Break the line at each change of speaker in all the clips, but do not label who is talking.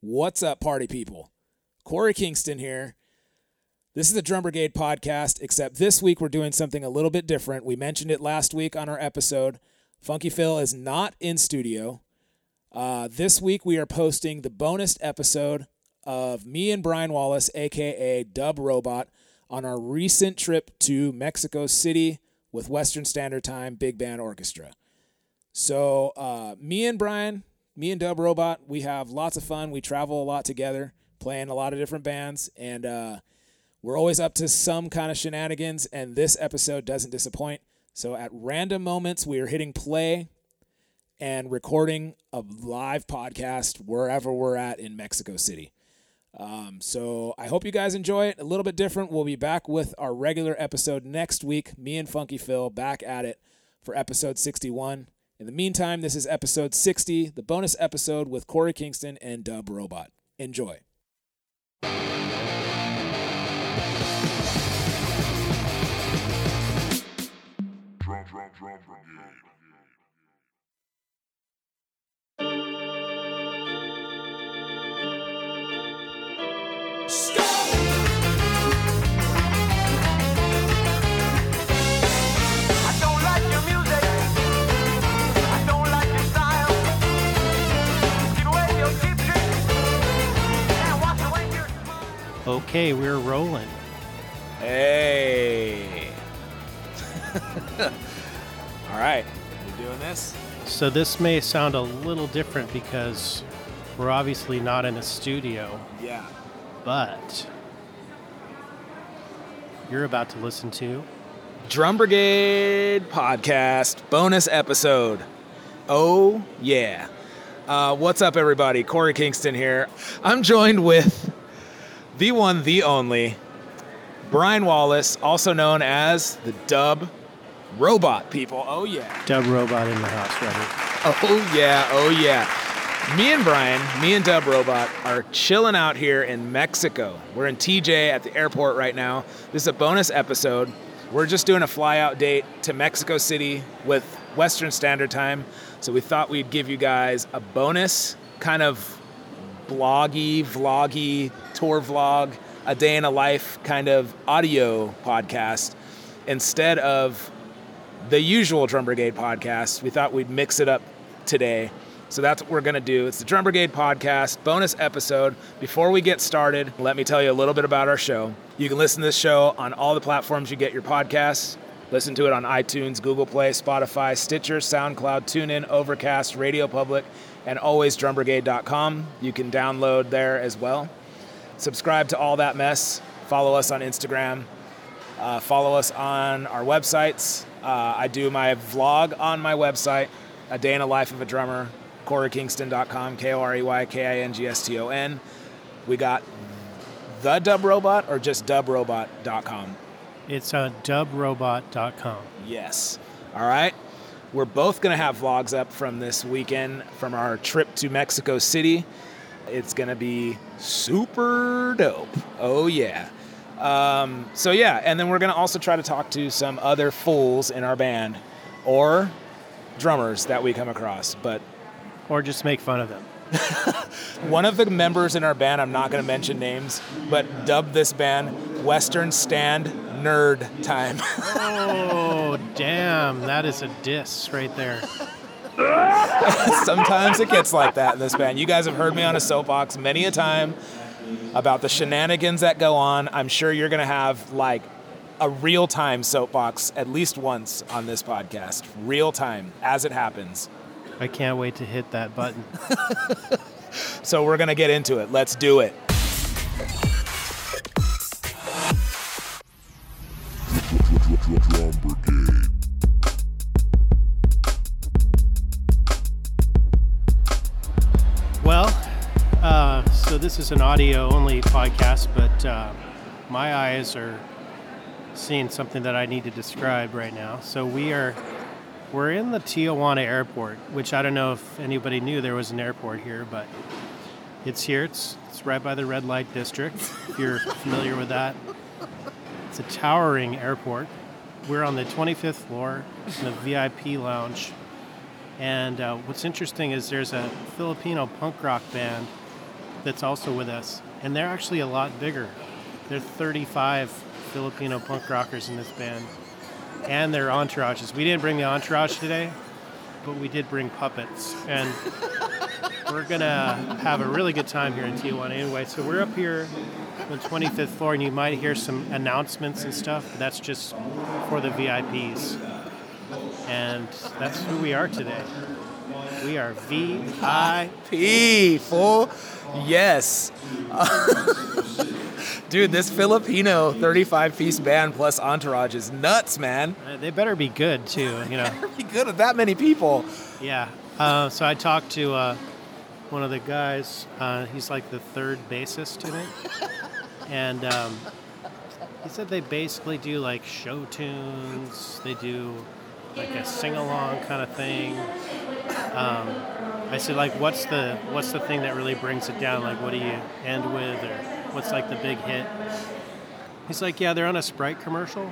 What's up, party people? Corey Kingston here. This is the Drum Brigade podcast, except this week we're doing something a little bit different. We mentioned it last week on our episode. Funky Phil is not in studio. Uh, this week we are posting the bonus episode of me and Brian Wallace, aka Dub Robot, on our recent trip to Mexico City with Western Standard Time Big Band Orchestra. So, uh, me and Brian, me and Dub Robot, we have lots of fun. We travel a lot together, playing a lot of different bands, and uh, we're always up to some kind of shenanigans. And this episode doesn't disappoint. So, at random moments, we are hitting play and recording a live podcast wherever we're at in Mexico City. Um, so I hope you guys enjoy it. A little bit different. We'll be back with our regular episode next week. Me and Funky Phil back at it for episode 61. In the meantime, this is episode 60, the bonus episode with Corey Kingston and Dub Robot. Enjoy.
Drum, drum, drum, brigade.
I don't like your music. I don't like your style. Get away your cheap trick and wash away your smile.
Okay, we're rolling.
Hey. All right. We doing this?
So this may sound a little different because we're obviously not in a studio,
Yeah.
but you're about to listen to
Drum Brigade podcast bonus episode. Oh yeah! Uh, what's up, everybody? Corey Kingston here. I'm joined with the one, the only Brian Wallace, also known as the Dub Robot. People. Oh yeah!
Dub Robot in the House, Robert.
Oh yeah! Oh yeah! Me and Brian, me and Dub Robot are chilling out here in Mexico. We're in TJ at the airport right now. This is a bonus episode. We're just doing a fly out date to Mexico City with Western Standard Time. So we thought we'd give you guys a bonus kind of bloggy, vloggy, tour vlog, a day in a life kind of audio podcast instead of the usual Drum Brigade podcast. We thought we'd mix it up today. So that's what we're going to do. It's the Drum Brigade podcast, bonus episode. Before we get started, let me tell you a little bit about our show. You can listen to this show on all the platforms you get your podcasts. Listen to it on iTunes, Google Play, Spotify, Stitcher, SoundCloud, TuneIn, Overcast, Radio Public, and always drumbrigade.com. You can download there as well. Subscribe to all that mess. Follow us on Instagram. Uh, follow us on our websites. Uh, I do my vlog on my website, A Day in a Life of a Drummer, CoreyKingston.com, K O R E Y K I N G S T O N. We got the Dub Robot or just dubrobot.com.
It's on dubrobot.com.
Yes. All right. We're both going to have vlogs up from this weekend from our trip to Mexico City. It's going to be super dope. Oh, yeah. Um, so, yeah. And then we're going to also try to talk to some other fools in our band or drummers that we come across. But
Or just make fun of them.
one of the members in our band, I'm not going to mention names, but dubbed this band Western Stand Nerd Time.
Oh, damn, that is a diss right there.
Sometimes it gets like that in this band. You guys have heard me on a soapbox many a time about the shenanigans that go on. I'm sure you're going to have like a real time soapbox at least once on this podcast, real time as it happens.
I can't wait to hit that button.
So we're going to get into it. Let's do it.
Drum, drum, drum brigade.
Well, uh, so this is an audio only podcast, but uh, my eyes are seeing something that I need to describe right now. So we are we're in the Tijuana airport, which I don't know if anybody knew there was an airport here, but it's here. It's it's right by the red light district. If you're familiar with that, it's a towering airport. We're on the 25th floor in the VIP lounge. And uh, what's interesting is there's a Filipino punk rock band that's also with us, and they're actually a lot bigger. There are 35 Filipino punk rockers in this band, and their entourages. We didn't bring the entourage today, but we did bring puppets, and we're gonna have a really good time here in Tijuana anyway. So we're up here on 25th floor, and you might hear some announcements and stuff. But that's just for the VIPs, and that's who we are today. We are VIP.
P fool. Yes. Dude, this Filipino 35 piece band plus entourage is nuts, man.
Uh, They better be good too, you know.
Pretty good with that many people.
Yeah. Uh, so I talked to uh, one of the guys. Uh, he's like the third bassist in it, and um, he said they basically do like show tunes. They do like a sing along kind of thing. Um, I said like, what's the what's the thing that really brings it down? Like, what do you end with, or what's like the big hit? He's like, yeah, they're on a Sprite commercial.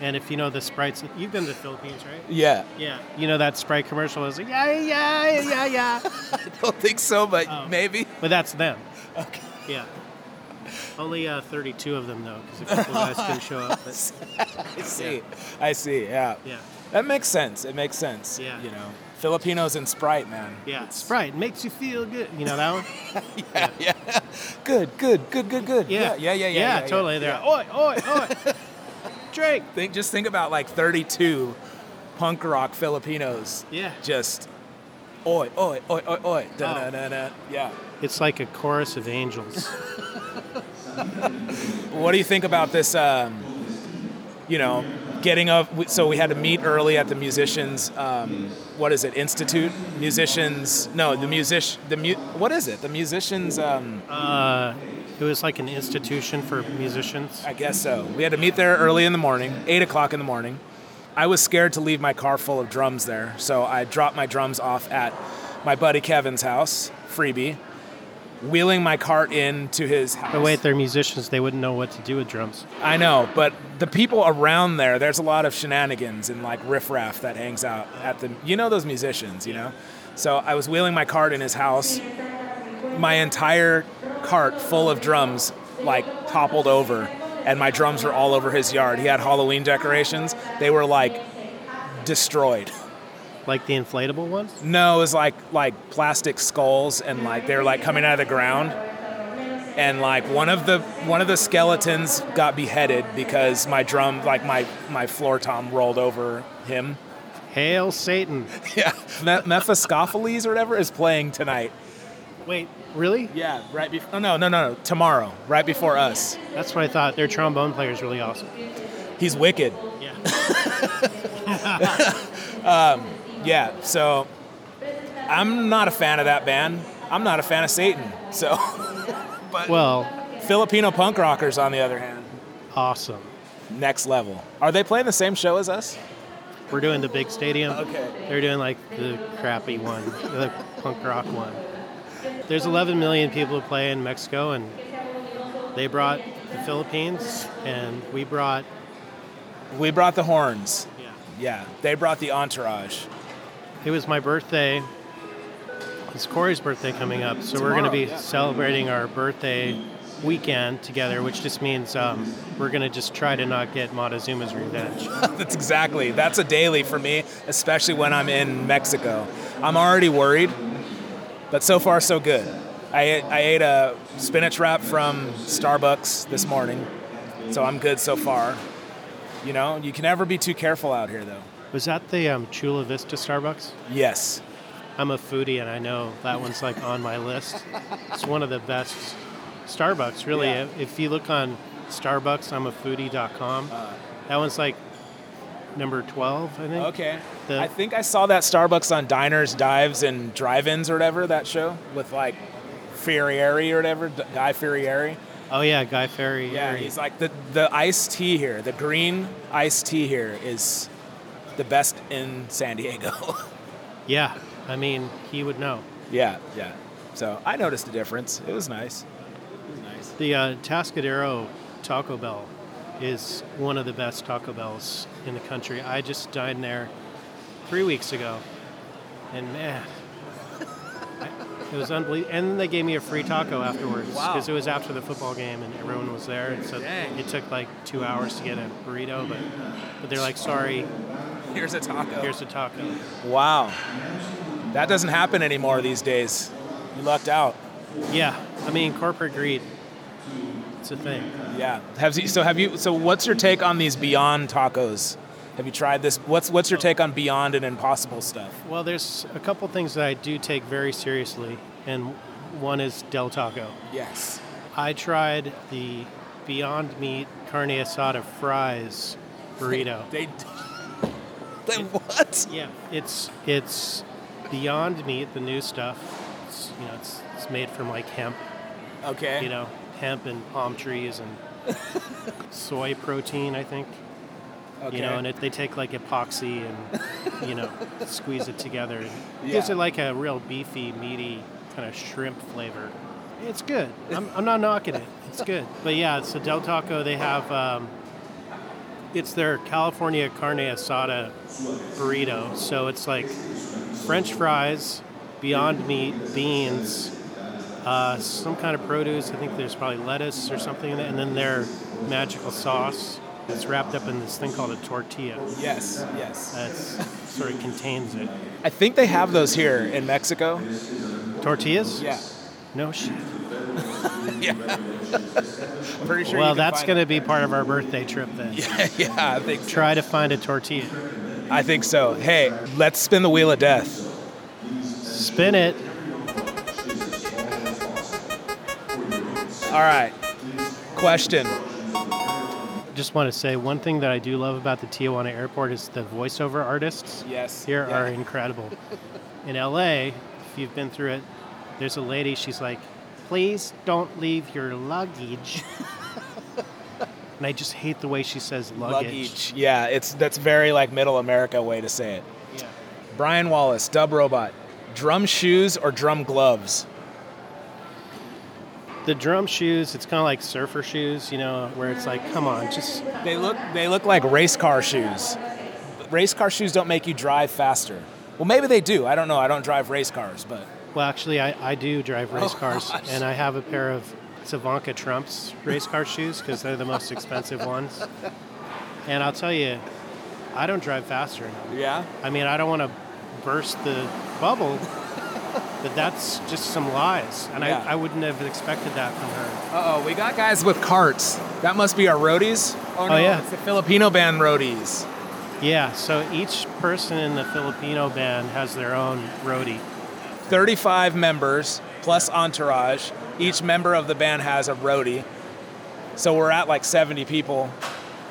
And if you know the Sprites, you've been to the Philippines, right?
Yeah.
Yeah, you know that Sprite commercial is like yeah, yeah, yeah, yeah, yeah.
I don't think so, but
Oh.
maybe.
but that's them. Okay. Yeah. Only uh, 32 of them though, because a couple guys couldn't show up. But
I see. I see, yeah.
yeah,
That makes sense. It makes sense.
Yeah.
You know, Filipinos and Sprite, man.
yeah. Sprite makes you feel good. You know that one?
Yeah. yeah. Good, good, good, good, good.
Yeah,
Yeah, yeah, yeah.
yeah. totally. They're oi, oi, oi. Drake.
Think, just think about like 32 punk rock Filipinos.
Yeah.
Just, oi, oi, oi, oi, oi. Da, da, da, da. Yeah.
It's like a chorus of angels.
What do you think about this? Um, you know, getting up. So we had to meet early at the musicians. Um, what is it? Institute musicians? No, the music. The mu- What is it? The musicians. Um,
Uh, it was like an institution for musicians.
I guess so. We had to meet there early in the morning, eight o'clock in the morning. I was scared to leave my car full of drums there, so I dropped my drums off at my buddy Kevin's house, freebie, wheeling my cart into his house.
But Oh, wait, they're musicians. They wouldn't know what to do with drums.
I know, but the people around there, there's a lot of shenanigans and like riffraff that hangs out at the. You know those musicians, you know. So I was wheeling my cart in his house. My entire cart full of drums like toppled over, and my drums were all over his yard. He had Halloween decorations. They were like destroyed.
Like the inflatable ones.
No, it was like like plastic skulls and like they were like coming out of the ground. And like one of the one of the skeletons got beheaded because my drum like my my floor tom rolled over him.
Hail Satan!
Yeah. Me- Mephistopheles or whatever is playing tonight.
Wait, really?
Yeah, right before Oh no, no, no, no, tomorrow, right before us.
That's what I thought. Their trombone player is really awesome.
He's wicked.
Yeah.
Um, Yeah, so I'm not a fan of that band. I'm not a fan of Satan. So
Well,
Filipino punk rockers on the other hand,
awesome.
next level. Are they playing the same show as us?
We're doing the big stadium.
Okay.
They're doing like the crappy one, the punk rock one. There's 11 million people who play in Mexico, and they brought the Philippines, and we brought.
We brought the horns.
Yeah.
Yeah, they brought the entourage.
It was my birthday. It's Corey's birthday coming up, so we're going to
Tomorrow,
be
yeah.
celebrating our birthday weekend together, which just means um, we're going to just try to not get Montezuma's revenge.
That's exactly. That's a daily for me, especially when I'm in Mexico. I'm already worried, but so far so good. I ate, I ate a spinach wrap from Starbucks this morning, so I'm good so far. You know, you can never be too careful out here though.
Was that the um, Chula Vista Starbucks?
Yes.
I'm a foodie, and I know that one's like on my list. It's one of the best Starbucks, really.
Yeah.
If you look on Starbucks, I'm a foodie.com.
Uh.
that one's like number 12, I think.
Okay.
The-
I think I saw that Starbucks on Diners, Dives, and Drive-Ins or whatever that show with like Ferrieri or whatever, D- Guy Ferrieri.
Oh, yeah, Guy Ferry.
Yeah, he's like the the iced tea here. The green iced tea here is the best in San Diego.
yeah, I mean, he would know.
yeah, yeah. So I noticed a difference. It was nice.
The uh, Tascadero Taco Bell is one of the best Taco Bells in the country. I just dined there three weeks ago, and man, I, It was unbelievable. And then they gave me a free taco afterwards
Wow.
because it was after the football game and everyone was there. And so
Dang.
it took like two hours to get a burrito, but, but they're like, sorry,
Here's a taco.
here's a taco.
wow. That doesn't happen anymore these days. You lucked out.
Yeah, I mean, corporate greed. It's a thing.
Yeah. Have you, so have you so what's your take on these beyond tacos? Have you tried this? What's what's your take on beyond and impossible stuff?
Well, there's a couple things that I do take very seriously, and one is Del Taco.
Yes.
I tried the Beyond Meat carne asada fries burrito.
They They what?
Yeah, it's it's Beyond Meat, the new stuff. It's, you know, it's, it's made from like hemp,
Okay.
you know, hemp and palm trees and soy protein, I think.
okay.
You know, and it, they take like epoxy and you know squeeze it together. It gives
Yeah.
it like a real beefy, meaty kind of shrimp flavor. It's good. I'm, I'm not knocking it. It's good. But yeah, so Del Taco they have um, it's their California carne asada burrito. So it's like French fries, Beyond Meat, beans, uh, some kind of produce. I think there's probably lettuce or something in it, and then their magical sauce. It's wrapped up in this thing called a tortilla
yes, yes.
that sort of contains it.
I think they have those here in Mexico.
Tortillas?
Yeah.
No shit.
I'm pretty sure
well, that's going to be part of our birthday trip then.
to Yeah, I think
Try to find a tortilla.
I think so. Hey, let's spin the wheel of death.
Spin it.
All right. Question.
Just want to say one thing that I do love about the Tijuana airport is the voiceover artists.
Yes.
Here
Yeah.
are incredible. In LA, if you've been through it, there's a lady, she's like, please don't leave your luggage. and I just hate the way she says luggage.
Luggage. Yeah, it's that's very like middle America way to say it.
Yeah.
Brian Wallace, Dub Robot. Drum shoes or drum gloves?
The drum shoes, it's kind of like surfer shoes, you know, where it's like, come on, just
They look they look like race car shoes. Race car shoes don't make you drive faster. Well, maybe they do. I don't know. I don't drive race cars, but
Well, actually, I, I do drive race
Oh,
cars,
gosh.
and I have a pair of Savanka Trump's race car shoes because they're the most expensive ones. And I'll tell you, I don't drive faster.
yeah.
I mean, I don't want to burst the bubble, but that's just some lies. And
Yeah.
I, I wouldn't have expected that from her.
Uh oh, we got guys with carts. That must be our roadies. no,
Oh, yeah.
it's the Filipino band roadies.
Yeah, so each person in the Filipino band has their own roadie.
35 members plus entourage. Each member of the band has a roadie. So we're at like 70 people.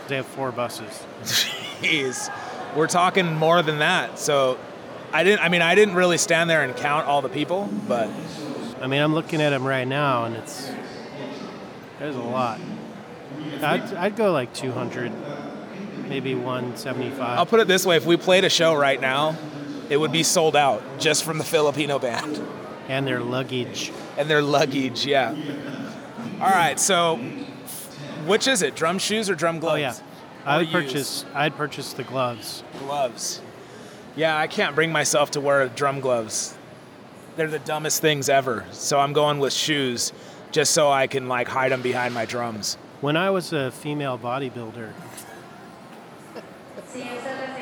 They have four buses.
Jeez, we're talking more than that. So I didn't, I mean, I didn't really stand there and count all the people, but
I mean, I'm looking at them right now, and it's there's a lot. I'd, I'd go like 200, maybe 175.
I'll put it this way if we played a show right now, it would be sold out just from the Filipino band
and their luggage.
and their luggage. Yeah. All right. So which is it? Drum shoes or drum gloves?
Oh yeah, I
Or
would
used?
purchase. I'd purchase the gloves.
gloves. Yeah, I can't bring myself to wear drum gloves. They're the dumbest things ever. So I'm going with shoes just so I can like hide them behind my drums.
When I was a female bodybuilder,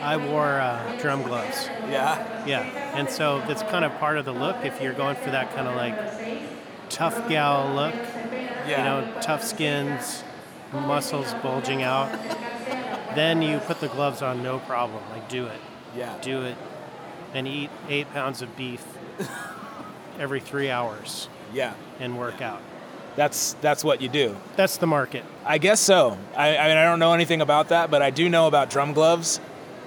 I wore uh, drum gloves.
Yeah.
Yeah, and so that's kind of part of the look if you're going for that kind of like tough gal look. you know, tough skins, muscles bulging out. then you put the gloves on, no problem. Like, do it,
yeah.
do it, and eat eight pounds of beef every three hours
Yeah.
and work out.
That's that's what you do.
That's the market.
I guess so. I, I mean, I don't know anything about that, but I do know about drum gloves,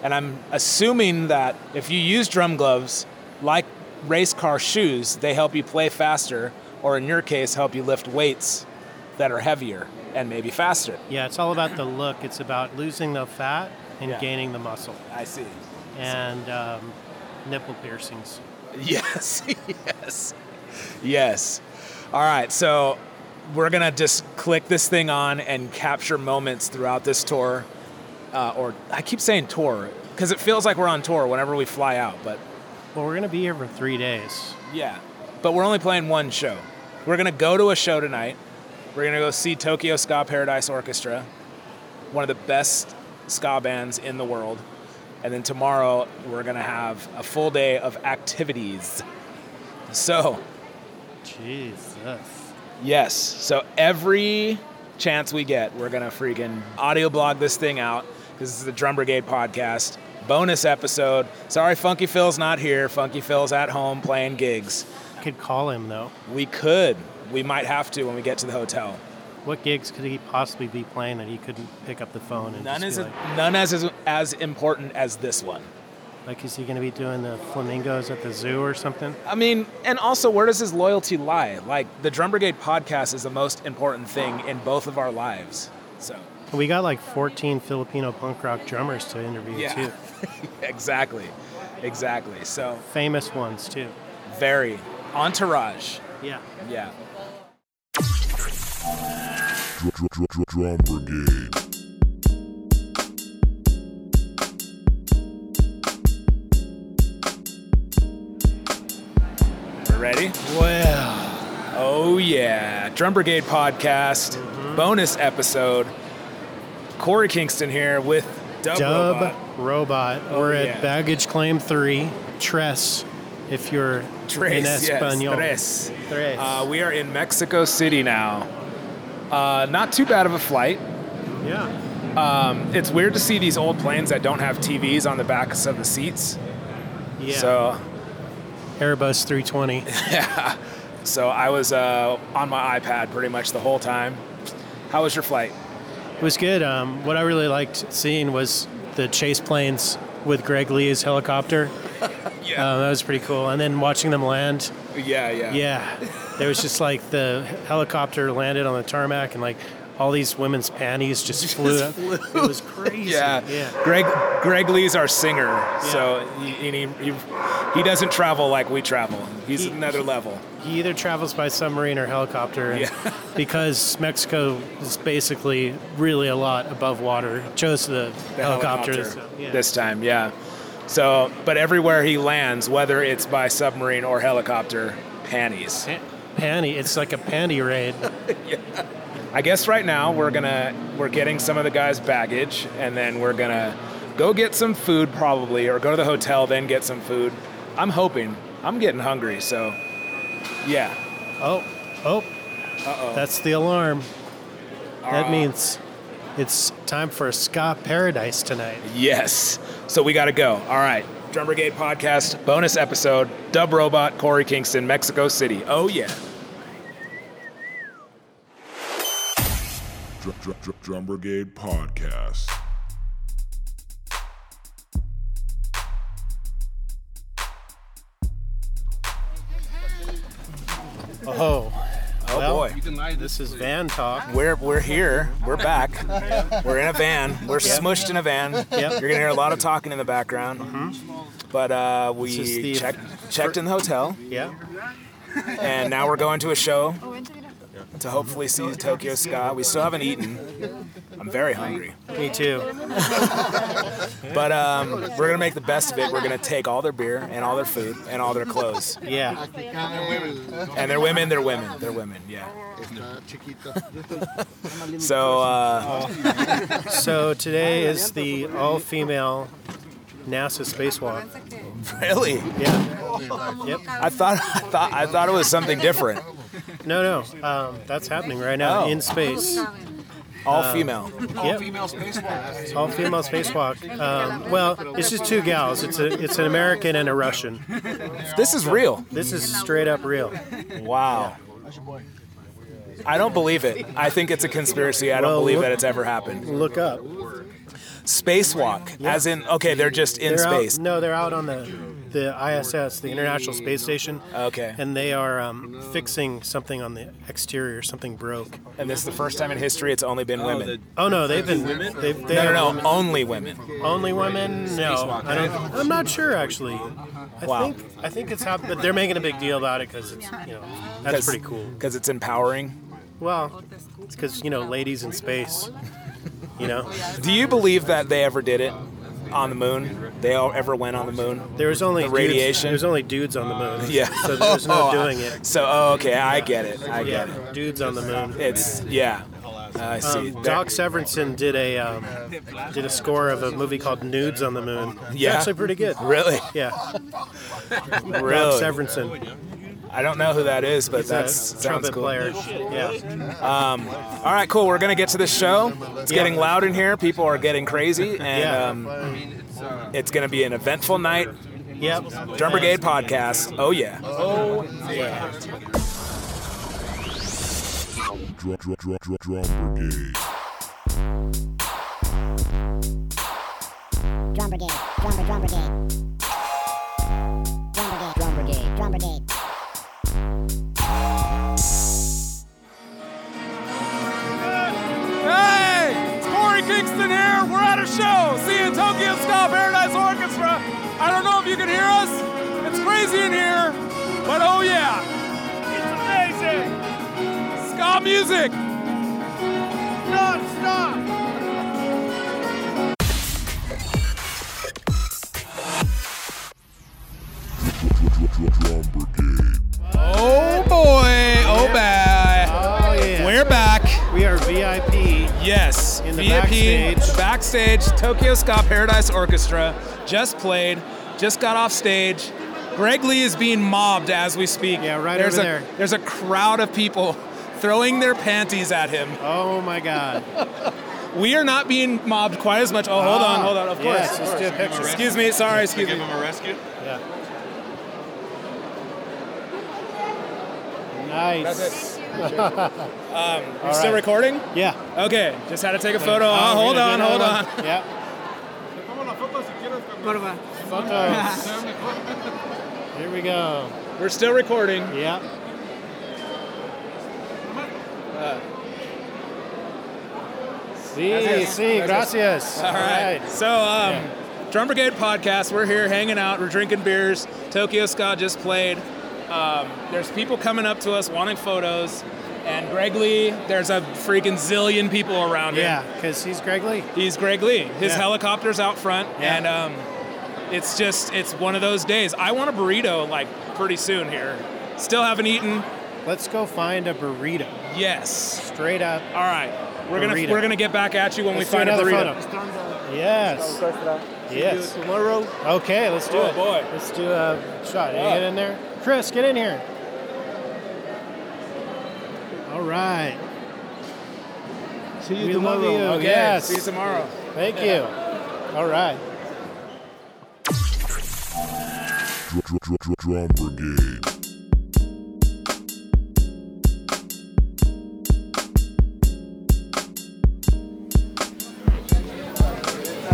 and I'm assuming that if you use drum gloves, like race car shoes, they help you play faster, or in your case, help you lift weights that are heavier and maybe faster.
Yeah, it's all about the look. It's about losing the fat and
Yeah.
gaining the muscle
I see.
and um, nipple piercings.
Yes, yes, yes. All right, so we're gonna just click this thing on and capture moments throughout this tour, uh, or I keep saying tour because it feels like we're on tour whenever we fly out. But
Well, we're gonna be here for three days.
yeah, but we're only playing one show. We're gonna go to a show tonight. We're gonna go see Tokyo Ska Paradise Orchestra, one of the best ska bands in the world. And then tomorrow we're gonna have a full day of activities. So
Jesus.
Yes. So every chance we get, we're gonna freaking audio blog this thing out. This is the Drum Brigade podcast. Bonus episode. Sorry, Funky Phil's not here. Funky Phil's at home playing gigs.
Could call him though.
We could. We might have to when we get to the hotel.
What gigs could he possibly be playing that he couldn't pick up the phone and
None
just
is
be like,
none as is as important as this one.
like, is he going to be doing the flamingos at the zoo or something?
I mean, and also, where does his loyalty lie? Like the Drum Brigade podcast is the most important thing in both of our lives. So
We got like 14 Filipino punk rock drummers to interview too,
yeah, exactly, exactly. So.
famous ones too.
Very. Entourage.
Yeah.
Yeah.
Drum, drum, drum, drum, drum Brigade.
We're ready?
Well,
Oh, yeah. Drum Brigade podcast,
Mm-hmm.
bonus episode. Corey Kingston here with Dub.
Dub
Robot. Oh,
Robot. We're
yeah.
at Baggage Claim Three, Tres. If you're in
Tres, yes,
Espanol.
tres.
Tres.
Uh, we are in Mexico City now. Uh, not too bad of a flight.
Yeah.
Um, it's weird to see these old planes that don't have TVs on the backs of the seats.
Yeah.
So
Airbus 320.
So I was uh, on my iPad pretty much the whole time. How was your flight?
It was good. Um, what I really liked seeing was the chase planes with Greg Lee's helicopter.
Yeah.
Uh, that was pretty cool. And then watching them land.
yeah, yeah.
Yeah. There was just like the helicopter landed on the tarmac and like all these women's panties just flew up. It was crazy.
Yeah.
Yeah.
Greg Greg Lee's our singer, so he, and he, he he doesn't travel like we travel. He's
He-
another level.
He either travels by submarine or helicopter. And
Yeah.
because Mexico is basically really a lot above water, chose the,
The
helicopter.
helicopter,
so, yeah.
this time, yeah. So, but everywhere he lands, whether it's by submarine or helicopter, panties.
Pa- panty. It's like a panty raid.
I guess right now we're gonna we're getting some of the guys' baggage, and then we're gonna go get some food probably, or go to the hotel, then get some food. I'm hoping. I'm getting hungry, so yeah.
Oh, oh. Uh-oh. That's the alarm. That
Ah.
means it's time for a ska paradise tonight.
Yes. So we got to go. All right. Drum Brigade podcast, bonus episode, Dub Robot, Corey Kingston, Mexico City. Oh, yeah.
Drum, drum, drum, drum Brigade podcast.
Oh,
Oh,
Well,
boy.
this is van talk.
We're, we're here. We're back. We're in a van. We're smushed in a van. You're going to hear a lot of talking in the background. But uh,
Mm-hmm. This is
we
the-
checked, checked in the hotel,
Yeah.
and now we're going to a show to hopefully see Tokyo Ska. We still haven't eaten. I'm very hungry.
Me too.
But um, we're going to make the best of it. We're going to take all their beer and all their food and all their clothes.
Yeah.
And they're women, they're women, they're women, yeah.
Está chiquita.
So, uh,
So today is the all female NASA spacewalk.
really,
Yeah.
I thought, I thought, I thought it was something different.
No, no. Um, that's happening right now
Oh.
in space.
All
Uh,
female.
All female spacewalk. All female spacewalk. Um, well, it's just two gals. It's a it's an American and a Russian.
This is real.
This is straight up real.
Wow. I don't believe it. I think it's a conspiracy. I don't
Well,
believe
look-
that it's ever happened.
Look up.
Spacewalk, as in, okay, they're just in
They're
space.
Out, no, they're out on the the ISS, the International Space Station.
Okay.
And they are um, fixing something on the exterior. Something broke.
And this is the first time in history it's only been women.
Oh no, they've been they've they
No,
are
no,
women-
no, only women.
only women. No, I don't. I'm not sure actually. I
Wow.
think I think it's happened, but they're making a big deal about it because it's you know that's pretty cool.
Because it's empowering.
Well, it's because you know ladies in space. You know,
Do you believe that they ever did it? on the moon. They all ever went on the moon.
There was only
The
dudes-
radiation?
There's only dudes on the moon.
Yeah. Oh,
So there's no doing it.
So oh, okay, I get it. I get it.
Yeah, dudes on the moon.
It's yeah. I see.
Um,
That-
Doc Severinsen did a um, did a score of a movie called Nudes on the Moon. It's
Yeah.
actually pretty good.
Really?
Yeah, Doc
Really?
Severinsen.
I don't know who that is, but
a
that sounds
trumpet
cool.
player. Yeah,
All right, cool. We're gonna get to this show. It's
Yeah.
getting loud in here. People are getting crazy, and
Yeah.
um, it's gonna be an eventful night.
yep.
Drum Brigade podcast. Oh yeah.
Drum, drum, drum, drum, drum brigade.
Drum Brigade, Drum Brigade, Drum Brigade. Drum Brigade, Drum Brigade, Drum Brigade.
Hey, it's Corey Kingston here. We're at a show. Seeing Tokyo Ska Paradise Orchestra. I don't know if you can hear us. It's crazy in here, but oh yeah, it's amazing. Ska music.
Drum, drum, drum brigade.
Oh boy. Oh bad.
Oh yeah.
We're back.
We are VIP.
Yes,
In the
VIP
backstage.
backstage. Tokyo Ska Paradise Orchestra just played, just got off stage. Greg Lee is being mobbed as we speak.
Yeah, right
there's
over
a,
there.
There's a crowd of people throwing their panties at him.
Oh my God.
We are not being mobbed quite as much. Oh, hold on, hold on. Of course.
Ah, Yes, let's do a picture.
Excuse me. Sorry. Excuse
give
me.
him a rescue.
Yeah. Nice.
That's
All
We're still
right.
recording?
Yeah.
Okay. Just had to take a photo.
Oh,
Oh,
we're
hold
gonna
on.
do
Hold
another
on.
one. Yeah. Photos. Here we go.
We're still recording.
Yeah. See,
Gracias.
see, gracias.
All right. So, um,
Yeah.
Drum Brigade podcast. We're here hanging out. We're drinking beers. Tokyo Ska just played. Um, there's people coming up to us wanting photos. And Greg Lee, there's a freaking zillion people around him.
Yeah, because he's Greg Lee.
He's Greg Lee. His
Yeah.
helicopter's out front,
Yeah.
and um, it's just it's one of those days. I want a burrito like pretty soon here. Still haven't eaten.
Let's go find a burrito.
Yes.
Straight up.
All right. We're gonna
Burrito.
we're gonna get back at you when
Let's
we
do
find a
another
burrito.
photo. Yes. Yes.
Tomorrow.
Okay, let's do
Oh,
it.
boy.
Let's do a shot. You
Yeah.
get in there? Chris, get in here. All right.
See
you We love tomorrow. you.
Okay.
Yes.
See you tomorrow.
Thank you. All right.
Drum, drum, drum, drum, drum brigade.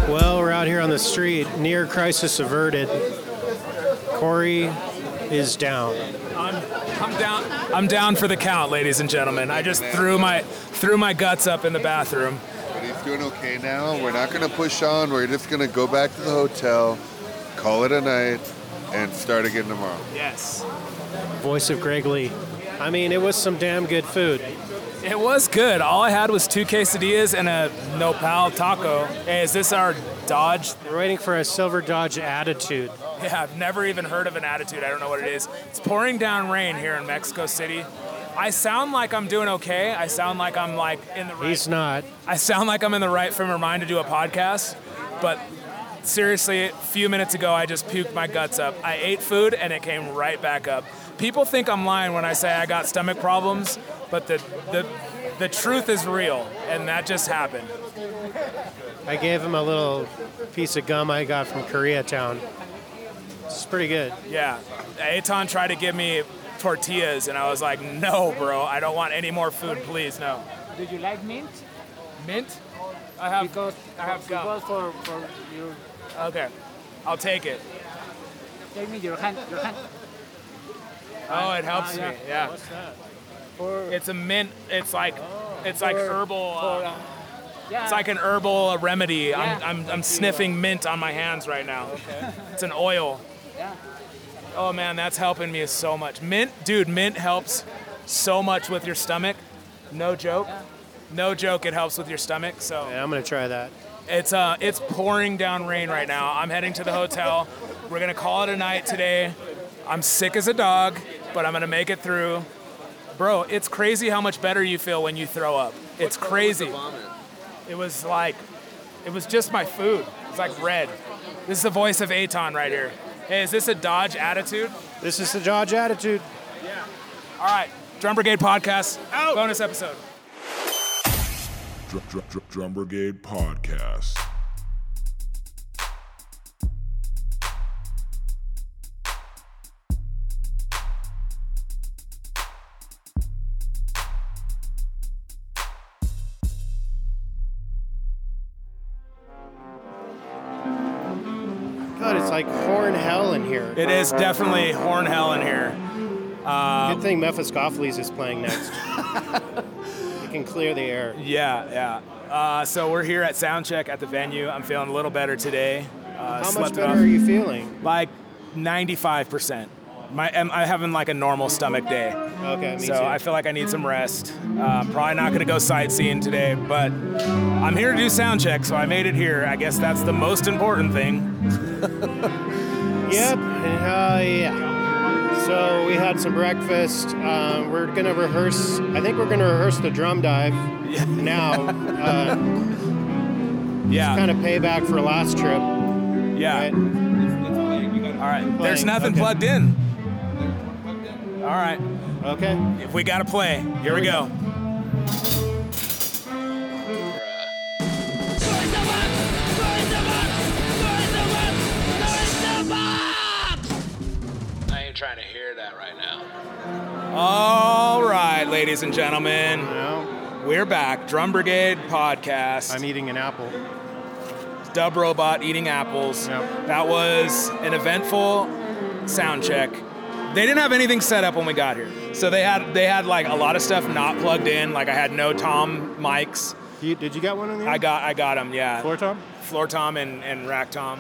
Well, we're out here on the street near Crisis Averted. Corey is down.
I'm, I'm down. I'm down for the count, ladies and gentlemen. I just threw my threw my guts up in the bathroom.
But he's doing okay now. We're not going to push on. We're just going to go back to the hotel, call it a night, and start again tomorrow.
Yes.
Voice of Greg Lee. I mean, it was some damn good food.
It was good. All I had was two quesadillas and a nopal taco. Hey, is this our Dodge?
We're waiting for a Silver Dodge attitude.
Yeah, I've never even heard of an attitude. I don't know what it is. It's pouring down rain here in Mexico City. I sound like I'm doing okay. I sound like I'm like in the right.
He's not.
I sound like I'm in the right frame of mind to do a podcast, but seriously, a few minutes ago, I just puked my guts up. I ate food and it came right back up. People think I'm lying when I say I got stomach problems, but the, the, the truth is real, and that just happened.
I gave him a little piece of gum I got from Koreatown. It's pretty good.
Yeah. Aton tried to give me tortillas, and I was like, no, bro, I don't want any more food, please, no.
Do you like mint?
Mint? I have,
Because
I have gum.
because for for you,
Okay. I'll take it.
take me your hand, your hand.
Oh, it helps me.
yeah.
Yeah.
For Oh.
It's a mint. It's like it's like
for-
herbal.
for,
uh,
uh, yeah.
it's like an herbal uh, remedy. I'm,
Yeah.
I'm, I'm sniffing mint on my hands right now. It's an oil.
Yeah.
Oh man, that's helping me so much. Mint, dude, mint helps so much with your stomach. No joke. No joke, it helps with your stomach. So
Yeah, I'm gonna try that.
It's uh, it's pouring down rain right now. I'm heading to the hotel. We're gonna call it a night today. I'm sick as a dog, but I'm gonna make it through. Bro, it's crazy how much better you feel when you throw up. It's crazy. It was like, it was just my food. It's like red. This is the voice of Aton right here. Hey, is this a Dodge attitude?
This is the Dodge attitude.
All right, Drum Brigade podcast out. Bonus episode.
Dr- Dr- Dr- Drum Brigade Podcast.
God, it's like horn hell in here.
It is definitely horn hell in here. Um,
Good thing Memphis Goffleys is playing next. you can clear the air.
Yeah, yeah. Uh, so we're here at Soundcheck at the venue. I'm feeling a little better today. Uh,
How much
slept it
better
off.
are you feeling?
Like 95%. My, I'm, I'm having like a normal stomach day.
Okay, me
so
too.
I feel like I need some rest. Uh, probably not going to go sightseeing today, but I'm here to do sound check, so I made it here. I guess that's the most important thing.
Yep. Uh, yeah. So we had some breakfast. Um, we're gonna rehearse. I think we're gonna rehearse the drum dive now. Uh,
Yeah.
kind of payback for last trip.
yeah.
Right?
All right. There's
Playing,
nothing
okay.
plugged in. All right.
Okay.
If we got to play, here we go. I ain't trying to hear that right now. All right, ladies and gentlemen,
Now
we're back. Drum Brigade podcast.
I'm eating an apple.
Dub Robot eating apples.
Yep.
That was an eventful sound check. They didn't have anything set up when we got here, so they had they had like a lot of stuff not plugged in. Like I had no tom mics.
You, did you get one in the
I got I got them. Yeah,
floor, Tom?
floor tom and and rack tom.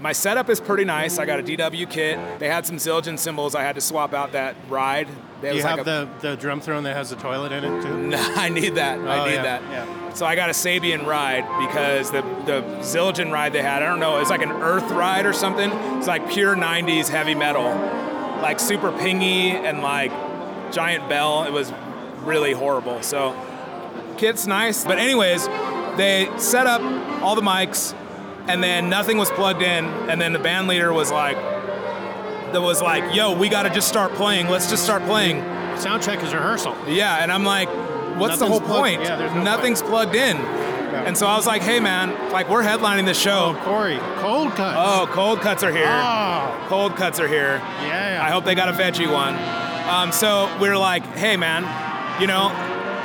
My setup is pretty nice. I got a DW kit. They had some Zildjian cymbals. I had to swap out that ride. That
Do you
was like
have
a-
the, the drum throne that has the toilet in it too?
No, I need that. I
Oh,
need
yeah,
that.
yeah.
So I got a Sabian ride because the the Zildjian ride they had, I don't know, it's like an Earth ride or something. It's like pure '90s heavy metal, like super pingy and like giant bell. It was really horrible. So kit's nice, but anyways, they set up all the mics, and then nothing was plugged in, and then the band leader was like. That was like, yo, we gotta just start playing. Let's just start playing.
Soundtrack is rehearsal.
Yeah, and I'm like, what's the
Nothing's
whole
plugged-
point?
yeah, there's no
Nothing's plugged in. And so I was like, hey man, like we're headlining the show.
Corey, cold cut.
Oh, cold cuts are here.
Oh,
Cold cuts are here.
yeah.
I hope they got a veggie one. Um, so we are like, hey man, you know,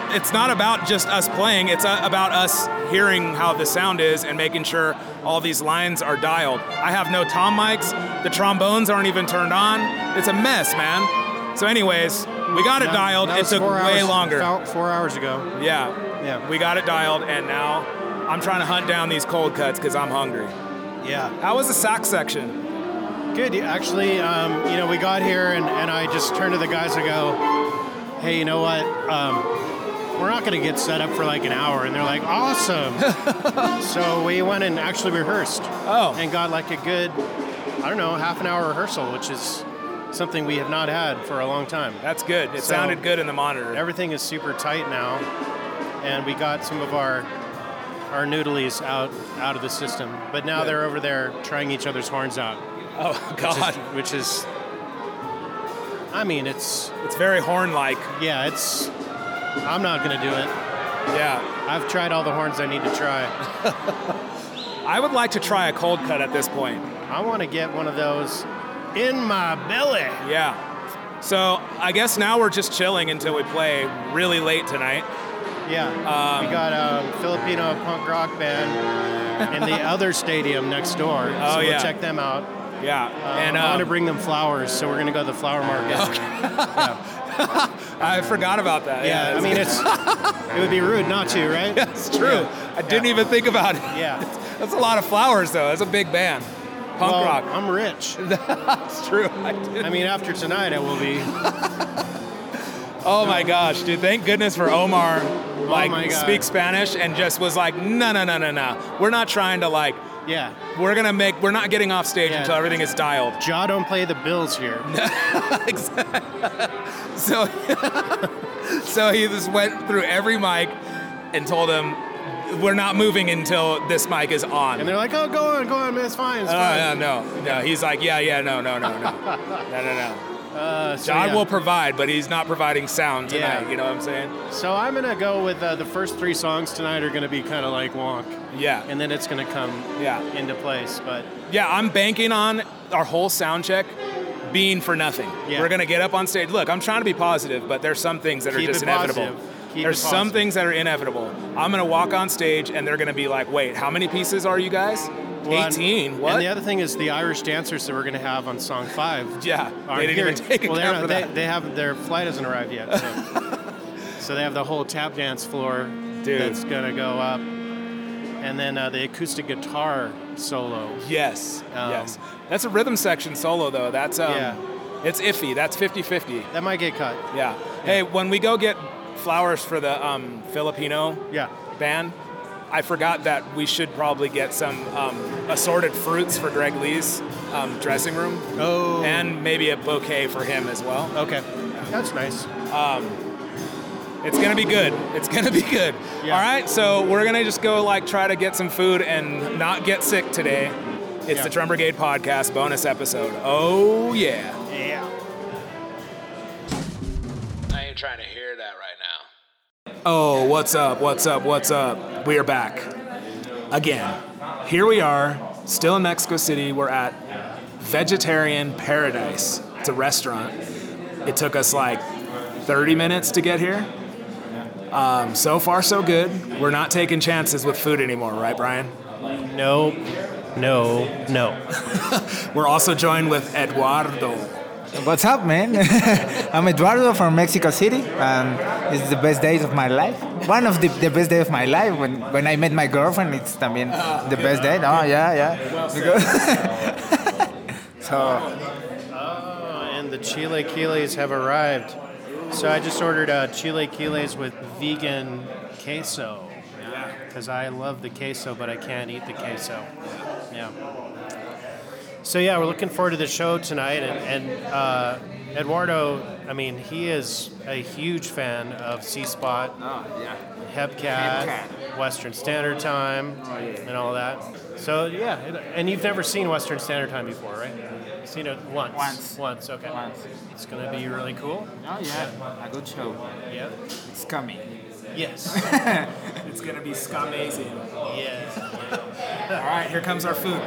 it's not about just us playing, it's uh about us hearing how the sound is and making sure all these lines are dialed. I have no tom mics, the trombones aren't even turned on. It's a mess, man. So, anyways, we got it
That-
dialed.
that
It
was
took
four
way
hours-
longer.
About four hours ago.
Yeah.
Yeah.
We got it dialed, and now I'm trying to hunt down these cold cuts because I'm hungry.
Yeah.
How was the sack section?
Good. yeah, Actually, um, you know, we got here and, and I just turned to the guys and go, hey, you know what? Um, we're not going to get set up for like an hour. And they're like, awesome. so we went and actually rehearsed
Oh,
and got like a good, I don't know, half an hour rehearsal, which is something we have not had for a long time.
that's good. It
So-
sounded good in the monitor.
Everything is super tight now. And we got some of our our noodlies out out of the system. But now they're over there trying each other's horns out.
oh,
which
God.
is, which is- I mean, it's
It's very horn like.
yeah, it's. I'm not gonna do it.
Yeah.
I've tried all the horns I need to try.
I would like to try a cold cut at this point.
I want to get one of those in my belly.
Yeah. So I guess now we're just chilling until we play really late tonight.
Yeah,
Um,
we got a Filipino punk rock band in the other stadium next door.
Oh,
so
yeah.
we'll check them out.
Yeah.
Um,
and
I want to
um,
bring them flowers, so we're gonna go to the flower market.
um, I forgot about that.
Yeah, I mean it's it would be rude not to, right?
it's true. I didn't
Yeah.
even think about it.
Yeah.
That's a lot of flowers, though. That's a big band. Punk
Well,
rock.
I'm rich.
That's true. I did
I mean, after tonight, it will be.
Oh my gosh, dude! Thank goodness for Omar, like
Oh my God.
speak Spanish and just was like, no, no, no, no, no. We're not trying to like.
Yeah.
We're gonna make. We're not getting off stage
Yeah.
until everything is dialed.
Jaw don't play the bills here.
Exactly. so, so he just went through every mic and told him, "We're not moving until this mic is on."
And they're like, oh, go on, go on, man, it's fine, it's fine.
Uh, no, no, no. He's like, "Yeah, yeah, no, no, no, no, no, no, no."
Uh, so,
John
yeah.
will provide, but he's not providing sound tonight.
Yeah.
You know what I'm saying?
So I'm gonna go with uh, the first three songs tonight are gonna be kind of like wonk,
Yeah,
and then it's gonna come
yeah,
into place. But
yeah. I'm banking on our whole sound check being for nothing.
Yeah.
We're gonna get up on stage. Look, I'm trying to be positive, but there's some things that are
Keep
just
it
inevitable.
positive. Keep
There's
it
some
positive.
things that are inevitable. I'm gonna walk on stage and they're gonna be like, "Wait, how many pieces are you guys?
Well,
18?
And,
What?
And the other thing is the Irish dancers that we're gonna have on song five.
yeah,
aren't
they didn't
here.
even take
well, they're
account for
not- they,
that,
they have their flight hasn't arrived yet. So, so they have the whole tap dance floor
Dude.
that's gonna go up, and then uh, the acoustic guitar solo.
Yes,
Um,
yes. That's a rhythm section solo though. That's um,
Yeah.
it's iffy. That's 50-50.
That might get cut.
Yeah. Hey, when we go get flowers for the um, Filipino
Yeah.
band, I forgot that we should probably get some um, assorted fruits for Greg Lee's um, dressing room,
Oh.
and maybe a bouquet for him as well.
okay. That's nice.
It's gonna be good. It's gonna be good.
Yeah.
All right, so we're gonna just go like try to get some food and not get sick today. It's
Yeah.
the Drum Brigade podcast bonus episode. Oh yeah.
Yeah.
I ain't trying to hear that right now. Oh, what's up? What's up? What's up? We are back again. Here we are, still in Mexico City. We're at Vegetarian Paradise. It's a restaurant. It took us like 30 minutes to get here. Um, so far, so good. We're not taking chances with food anymore, right, Brian?
No. No. No.
We're also joined with Eduardo.
What's up, man? I'm Eduardo from Mexico City, and it's the best days of my life. One of the, the best day of my life when, when I met my girlfriend. It's también the best day. Oh yeah, yeah. Because- so
And the chile quiles have arrived. So I just ordered uh, chile quiles with vegan queso. Because I love the queso, but I can't eat the queso. Yeah. So yeah, we're looking forward to the show tonight, and, and uh, Eduardo. I mean, he is a huge fan of C Spot, Hepcat, Western Standard Time, and all that. So yeah, it- and you've never seen Western Standard Time before, right? You've seen it once.
Once.
Once. Okay.
Once.
It's gonna be really cool.
Oh yeah, a good show.
Yeah.
it's coming.
Yes.
It's gonna be scamazing.
yes.
All right, here comes our food.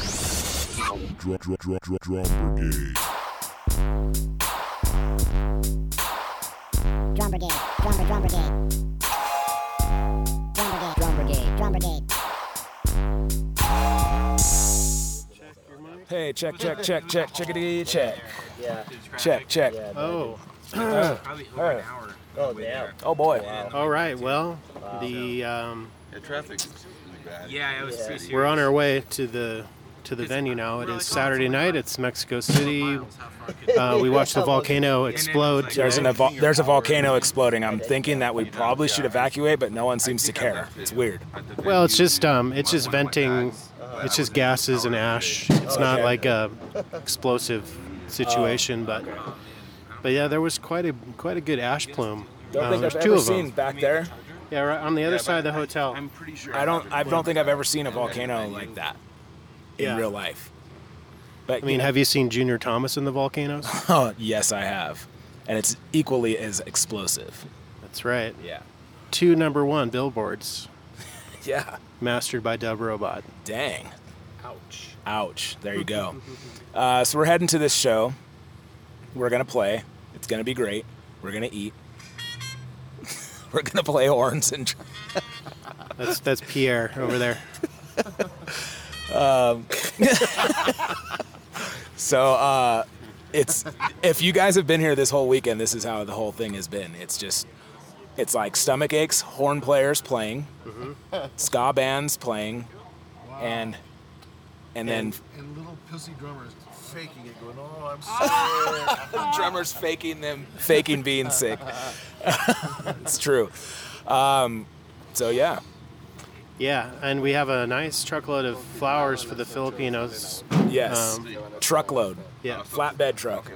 Drum, drum, drum, drum, drum brigade.
Drum Brigade, Drum Brigade, Drum Brigade. Drum Brigade, Drum Brigade, Drum Brigade.
Hey, check, check, check, check, chickadee, check. Yeah. Check, check.
Oh.
Oh boy.
All right. Well, the um,
The traffic's really bad.
Yeah, it was three
we're on our way to the to the venue now. It is Saturday night. It's Mexico City. Uh, we watched the volcano explode.
There's, an evo- there's a volcano exploding. I'm thinking that we probably should evacuate, but no one seems to care. It's weird.
Well, it's just um, it's just venting. It's just gases and ash. It's not like a explosive situation, but but yeah, there was quite a quite a good ash plume.
Don't
Uh,
think
there's
I've
two
ever
of
seen
them.
back there.
Yeah, right on the other side of the hotel.
I don't. I don't think I've ever seen a volcano like that in
Yeah.
real life. But
I mean, have you seen Junior Thomas in the volcanoes?
yes, I have, and it's equally as explosive.
That's right.
Yeah.
Two number one billboards
Yeah.
mastered by Dub Robot.
Dang. Ouch. Ouch. There you go. uh, so we're heading to this show. We're gonna play. It's gonna be great. We're gonna eat. we're gonna play horns and.
That's that's Pierre over there.
So uh, it's if you guys have been here this whole weekend, this is how the whole thing has been. It's just it's like stomach aches, horn players playing, ska bands playing, and and then
And little pussy drummers faking it, going, "Oh, I'm sick."
drummers faking them faking being sick it's true um, so yeah
Yeah, and we have a nice truckload of flowers for the Filipinos.
yes
Um,
truckload
yeah.
flatbed truck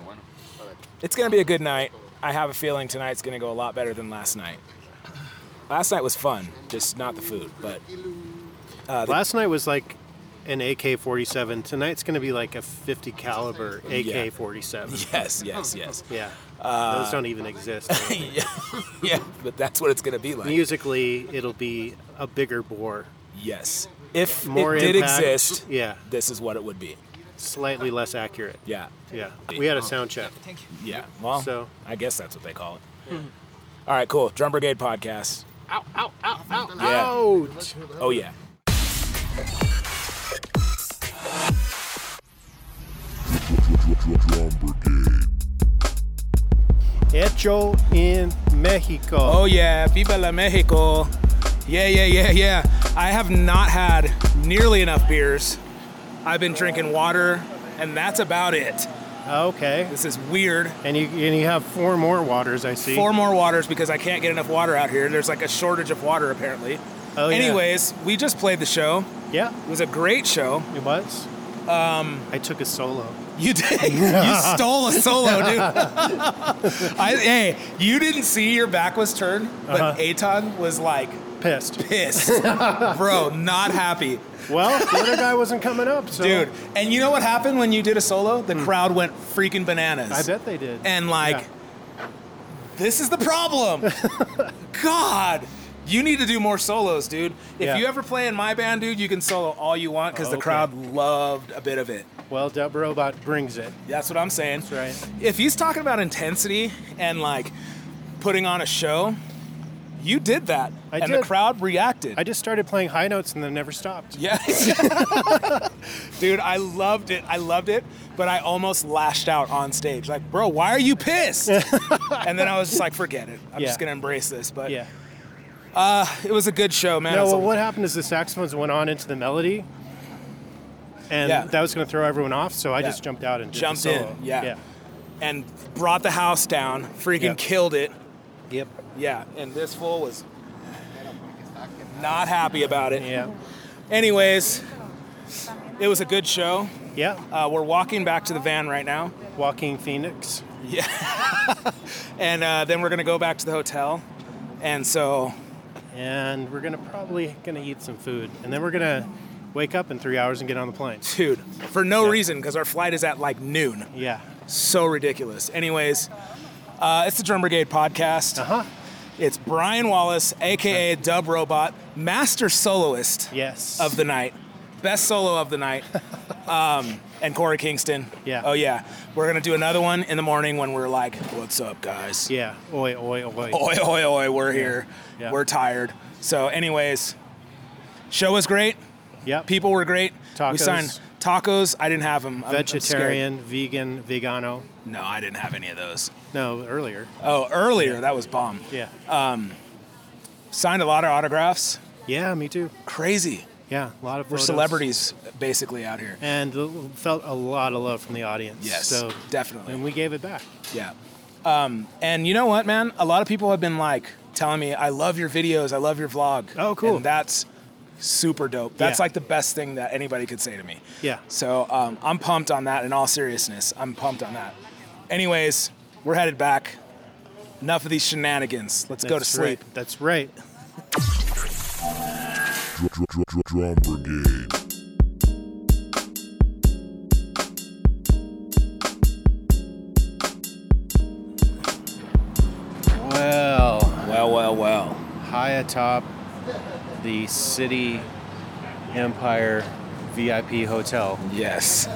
it's gonna be a good night i have a feeling tonight's gonna go a lot better than last night last night was fun just not the food but Uh,
Last night was like an AK-47. Tonight's going to be like a 50 caliber AK-47.
yes yes yes
Yeah,
Uh,
those don't even exist.
yeah, yeah but that's what it's gonna be like
Musically, it'll be a bigger bore,
yes if
more
it did
impact.
exist
Yeah,
this is what it would be
slightly less accurate.
yeah
Yeah, we had a sound check.
yeah well
So-
i guess that's what they call it all right cool drum brigade podcast
Ow! Ow! Ow! Ow!
Yeah.
Ouch!
Oh yeah.
Drum Brigade.
Hecho in Mexico.
Oh yeah. Viva la Mexico. Yeah, yeah, yeah, yeah. I have not had nearly enough beers. I've been drinking water, and that's about it.
Ah, Okay.
This is weird.
And you and you have four more waters. I see.
Four more waters because I can't get enough water out here. There's like a shortage of water apparently.
Oh, yeah.
Anyways, we just played the show.
Yeah,
It was a great show.
it was. Um, I took a solo.
You did. you stole a solo, dude. I, hey, you didn't see your back was turned, but
Uh-huh.
Aton was like
Pissed.
pissed, bro. Not happy,
Well, the other guy wasn't coming up, so Hmm.
dude. And you know what happened when you did a solo? The crowd went freaking bananas.
I bet they did.
And like,
Yeah.
this is the problem. God, you need to do more solos, dude. If
Yeah.
you ever play in my band, dude, you can solo all you want because the
Okay.
crowd loved a bit of it.
well, Dub Robot brings it.
That's what I'm saying.
That's right.
if he's talking about intensity and like putting on a show, you did that,
I
and
did.
the crowd reacted.
I just started playing high notes and then never stopped.
yes, dude, I loved it. I loved it, but I almost lashed out on stage, like, bro, why are you pissed? and then I was just like, forget it. I'm
Yeah.
just gonna embrace this. But
Yeah.
it was a good show, man. It
No,
was
well,
a-
what happened is the saxophones went on into the melody, and
Yeah.
that was going to throw everyone off. So I
Yeah.
just jumped out and did the
Jumped in,
solo.
yeah. and brought the house down. Freaking
Yeah.
killed it.
Yep.
Yeah, and this fool was not happy about it.
Yeah.
Anyways, it was a good show.
Yeah.
Uh, we're walking back to the van right now,
Walking Phoenix.
and uh, then we're gonna go back to the hotel. And so,
and we're gonna probably gonna eat some food, and then we're gonna wake up in three hours and get on the plane.
dude, for no reason, because our flight is at like noon.
Yeah.
So ridiculous. Anyways, uh, it's the Drum Brigade podcast.
Uh huh.
It's Brian Wallace, aka Dub Robot, master soloist
Yes.
of the night, best solo of the night, um, and Corey Kingston.
Yeah.
Oh yeah. We're gonna do another one in the morning when we're like, "What's up, guys?"
yeah. Oi, oi, oi.
oi, oi, oi, we're here.
Yeah.
We're tired. So, anyways, show was great.
Yep.
People were great. We
Tacos.
signed tacos. I didn't have them. I'm- I'm scared.
Vegetarian, vegan, vegano.
no, I didn't have any of those.
No, earlier.
Oh, earlier that was bomb.
Yeah.
Uh, Signed a lot of autographs.
yeah, me too.
Crazy.
Yeah, a lot of
We're
photos.
celebrities basically out here.
And felt a lot of love from the audience.
Yes,
So
definitely.
And we gave it back.
Yeah. Um, and you know what, man? A lot of people have been like telling me, I love your videos, I love your vlog.
Oh, cool.
And that's super dope. That's
Yeah.
like the best thing that anybody could say to me.
Yeah.
So um, I'm pumped on that in all seriousness. I'm pumped on that. Anyways, we're headed back. Enough of these shenanigans. Let's go to
That's
sleep.
right. That's right.
Dr- dr- dr- Drum Brigade.
Well,
Well, well, well.
high atop the City Empire VIP Hotel.
Yes.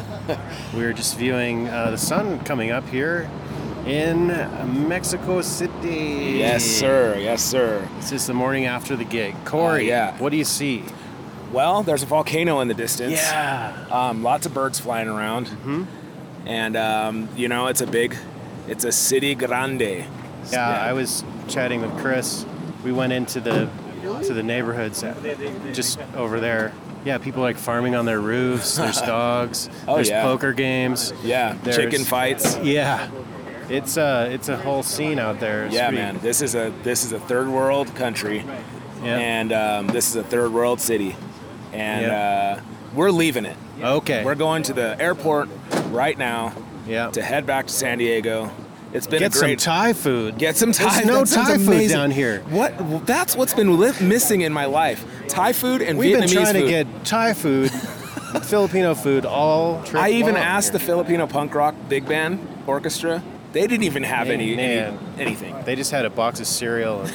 We were just viewing uh, the sun coming up here in Mexico City.
Yes, sir. Yes, sir.
This is the morning after the gig. Corey,
Uh, yeah.
what do you see?
Well, there's a volcano in the distance.
Yeah.
Um, lots of birds flying around, and um, you know it's a big, it's a city grande. Yeah,
Yeah, I was chatting with Chris. We went into the to the neighborhoods just over there yeah, people like farming on their roofs. There's dogs.
Oh,
there's
yeah.
poker games.
Yeah,
There's-
chicken fights.
Yeah, it's a it's a whole scene out there. It's
Yeah,
pretty-
man. This is a this is a third world country,
Yeah.
and um, this is a third world city, and uh, we're leaving it.
okay.
We're going to the airport right now
yeah.
to head back to San Diego. It's been
Get
a
some
great
Thai food.
Get some Thai.
There's no
That sounds
Thai food
amazing.
down here.
What? well, That's what's been li- missing in my life. Thai food and
We've
Vietnamese
been trying
food.
to get Thai food, Filipino food all trip
I even
long
asked the
here.
Filipino punk rock big band orchestra. They didn't even have any, any
Man.
anything.
They just had a box of cereal and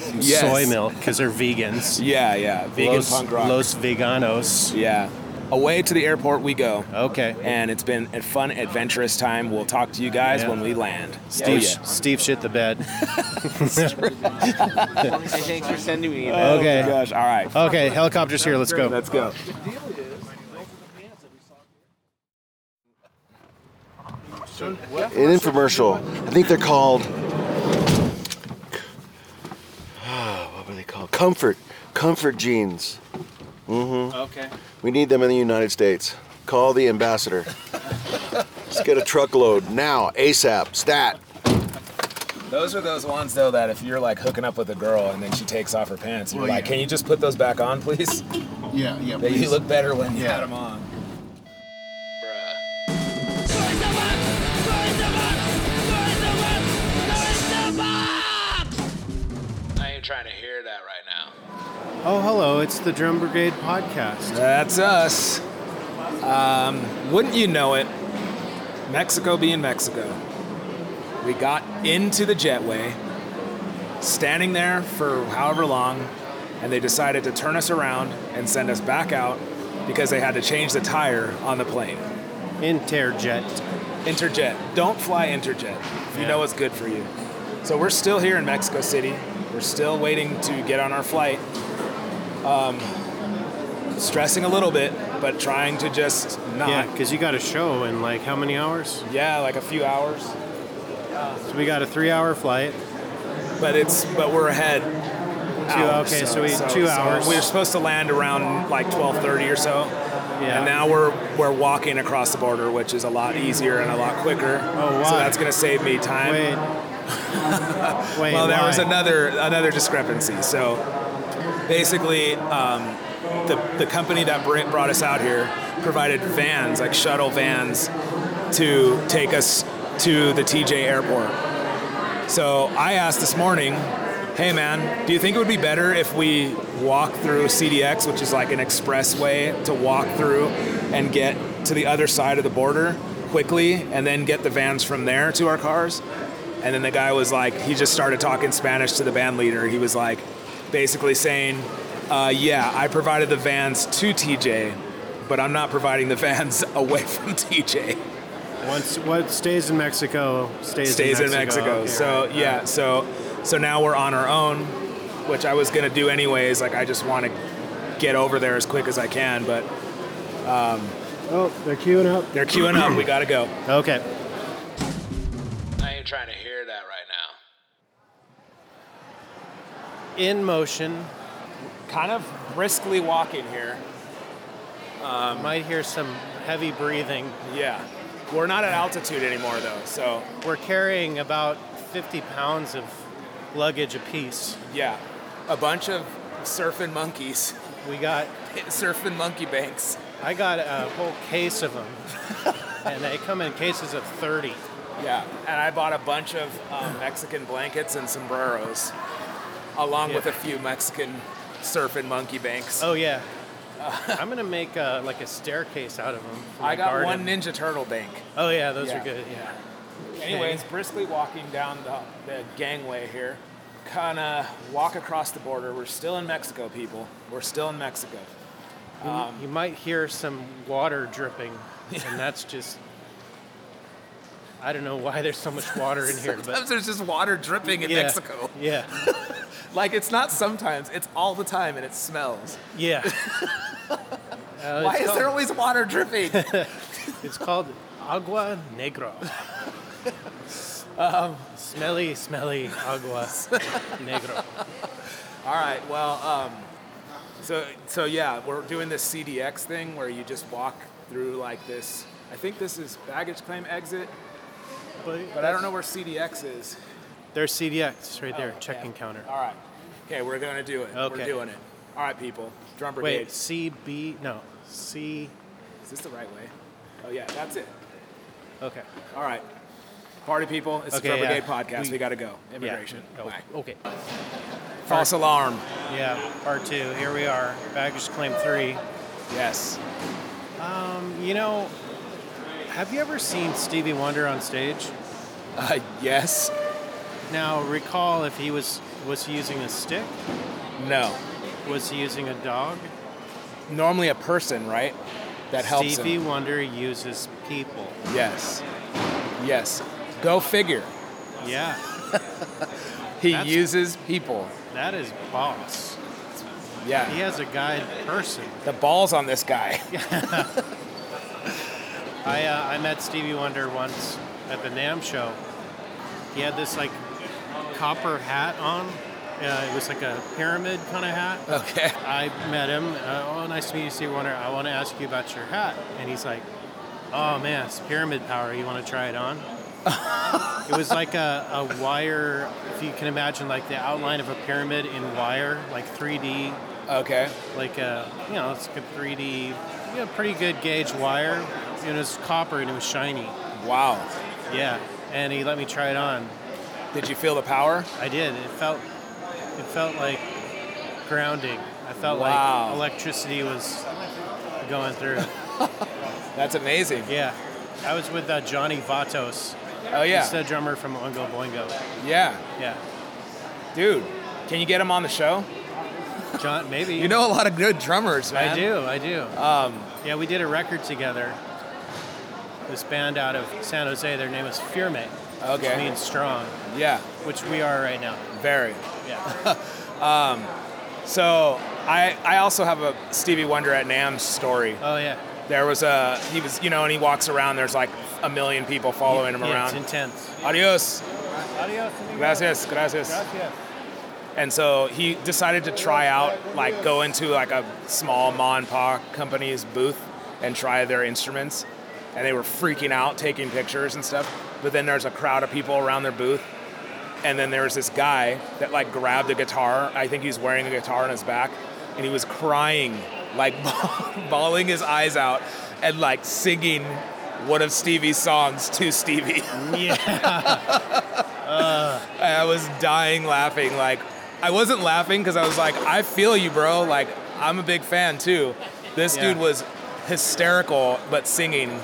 some
Yes.
soy milk because they're vegans.
Yeah, yeah. Vegan
Los,
punk rock.
Los veganos.
Yeah. Away to the airport we go.
Okay.
And it's been a fun, adventurous time. We'll talk to you guys
Yeah.
when we land.
Steve, Steve shit the bed.
Hey, thanks for sending me that.
Oh,
Okay. Oh.
gosh. All right.
Okay, helicopter's here. Let's go.
Let's go.
An infomercial. I think they're called. what were they called? Comfort. Comfort jeans.
Okay.
We need them in the United States. Call the ambassador. Let's get a truckload now, ASAP, stat.
Those are those ones though that if you're like hooking up with a girl and then she takes off her pants, you're like, "Can you just put those back on, please?"
Yeah, yeah.
That you look better when you had them on. I ain't trying to hear that right now.
Oh, hello. It's the Drum Brigade podcast.
That's us. Um, wouldn't you know it? Mexico being Mexico. We got into the jetway, standing there for however long, and they decided to turn us around and send us back out because they had to change the tire on the plane.
Interjet.
Interjet. Don't fly Interjet. If you
Yeah.
know it's good for you. So we're still here in Mexico City. We're still waiting to get on our flight. Um, stressing a little bit, but trying to just not.
Yeah, because you got a show in like how many hours?
Yeah, like a few hours.
So we got a three-hour flight.
But it's but we're ahead.
Two, okay, so we two hours.
We were supposed to land around like 12:30 or so.
Yeah.
And now we're we're walking across the border, which is a lot easier and a lot quicker.
Oh,
So
why?
that's gonna save me time.
Wait. Wait.
well, there
why?
was another another discrepancy. So basically, um, the the company that br- brought us out here provided vans, like shuttle vans, to take us to the TJ airport. So I asked this morning, "Hey, man, do you think it would be better if we walk through CDX, which is like an expressway to walk through and get to the other side of the border?" quickly and then get the vans from there to our cars and then the guy was like, he just started talking Spanish to the band leader. He was like, basically saying, uh, yeah, I provided the vans to TJ, but I'm not providing the vans away from TJ.
Once what stays in Mexico stays,
Stays
in Mexico. Okay,
so
right.
yeah, so so now we're on our own, which I was gonna do anyways. Like I just want to get over there as quick as I can, but
Oh, they're queuing up.
they're queuing up. We gotta go.
Okay.
I ain't trying to hear that right now.
In motion.
Kind of briskly walking here.
Might hear some heavy breathing.
Yeah, we're not at altitude anymore though, so
We're carrying about 50 pounds of luggage apiece.
Yeah, a bunch of surfing monkeys,
We got,
surfing monkey banks.
I got a whole case of them, and they come in cases of 30.
Yeah, and I bought a bunch of um, Mexican blankets and sombreros, along with a
Yeah.
few Mexican surfing monkey banks.
Oh yeah. I'm gonna make uh like a staircase out of them.
I got one Ninja Turtle bank.
Oh yeah, those
Yeah.
are good. Yeah.
Anyways, briskly walking down the, the gangway here, kind of walk across the border. We're still in Mexico, people. We're still in Mexico. Um,
you might hear some water dripping, and that's just. I don't know why there's so much water in here,
Sometimes
but
there's just water dripping in
yeah,
Mexico.
Yeah,
Like, it's not sometimes, it's all the time, and it smells.
yeah. Uh,
Why
it's
is
called,
there always water dripping?
It's called agua negra. Um, smelly, smelly agua negra.
All right. Well, um, So, so yeah, we're doing this CDX thing where you just walk through like this. I think this is baggage claim exit,
But,
but I don't know where CDX is.
There's CDX right there,
Oh,
check-in
yeah.
counter.
All right. Okay, we're gonna do it. We're
Okay.
doing it. All right, people. Drum brigade.
Wait, CB? No, C.
Is this the right way? Oh yeah, that's it.
Okay.
All right. Party people, it's
Okay,
the Drum
yeah.
Brigade podcast. We,
We-
gotta go. Immigration.
Yeah.
Whack.
Oh, okay.
False alarm.
Yeah, part two. Here we are. Baggage claim three.
Yes.
Um, you know, have you ever seen Stevie Wonder on stage?
Uh, yes.
Now recall if he was was he using a stick?
No.
Was he using a dog?
Normally a person, right? That helps.
Stevie
him.
Wonder uses people.
Yes. Yes. Go figure.
Yeah,
He
That's-
uses people.
that is boss.
Yeah.
He has a guide person.
The balls on this guy.
I uh, I met Stevie Wonder once at the Nam show. He had this like copper hat on. Uh, it was like a pyramid kind of hat.
Okay.
I met him. Uh, oh, nice to meet you, Steve Wonder. I want to ask you about your hat. And he's like, oh man, it's pyramid power. You want to try it on? it was like a, a wire, if you can imagine, like the outline of a pyramid in wire, like 3D,
Okay.
like a, you know, it's like a 3D, you know, pretty good gauge wire. And it was copper and it was shiny.
Wow.
Yeah. And he let me try it on.
Did you feel the power?
I did. It felt it felt like grounding. I felt
Wow.
like electricity was going through.
That's amazing.
yeah. I was with uh, Johnny Vatos.
Oh yeah.
He's the drummer from Oingo Boingo.
yeah.
Yeah.
Dude, can you get him on the show?
John maybe
You know a lot of good drummers, man.
I do, I do.
Um,
yeah, we did a record together. This band out of San Jose, their name is Firme,
Okay.
which means strong,
yeah,
which we are right now.
very.
Yeah.
So I, I also have a Stevie Wonder at Nam's story.
Oh yeah.
There was a he was you know and he walks around. There's like a million people following him
Yeah,
around.
It's intense.
Adios,
Adios.
gracias, gracias. And so he decided to try out like go into like a small ma and pa company's booth and try their instruments. And they were freaking out, taking pictures and stuff. But then there's a crowd of people around their booth. And then there was this guy that like grabbed a guitar. I think he was wearing a guitar on his back, and he was crying, like bawling his eyes out, and like singing one of Stevie's songs to Stevie.
Yeah.
I was dying laughing. Like, I wasn't laughing because I was like, I feel you, bro. Like, I'm a big fan too. This
Yeah.
dude was hysterical, but singing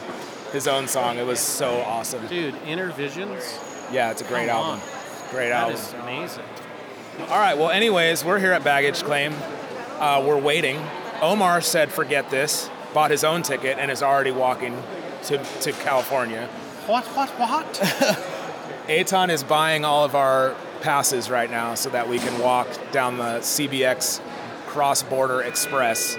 his own song. It was so awesome.
Dude, Inner Visions.
Yeah, it's a great
Come
album. Great
That
album.
is amazing.
All right. Well, anyways, we're here at Baggage Claim. Uh, we're waiting. Omar said, forget this, bought his own ticket, and is already walking to, to California.
What, what, what?
Aton is buying all of our passes right now so that we can walk down the CBX cross border express.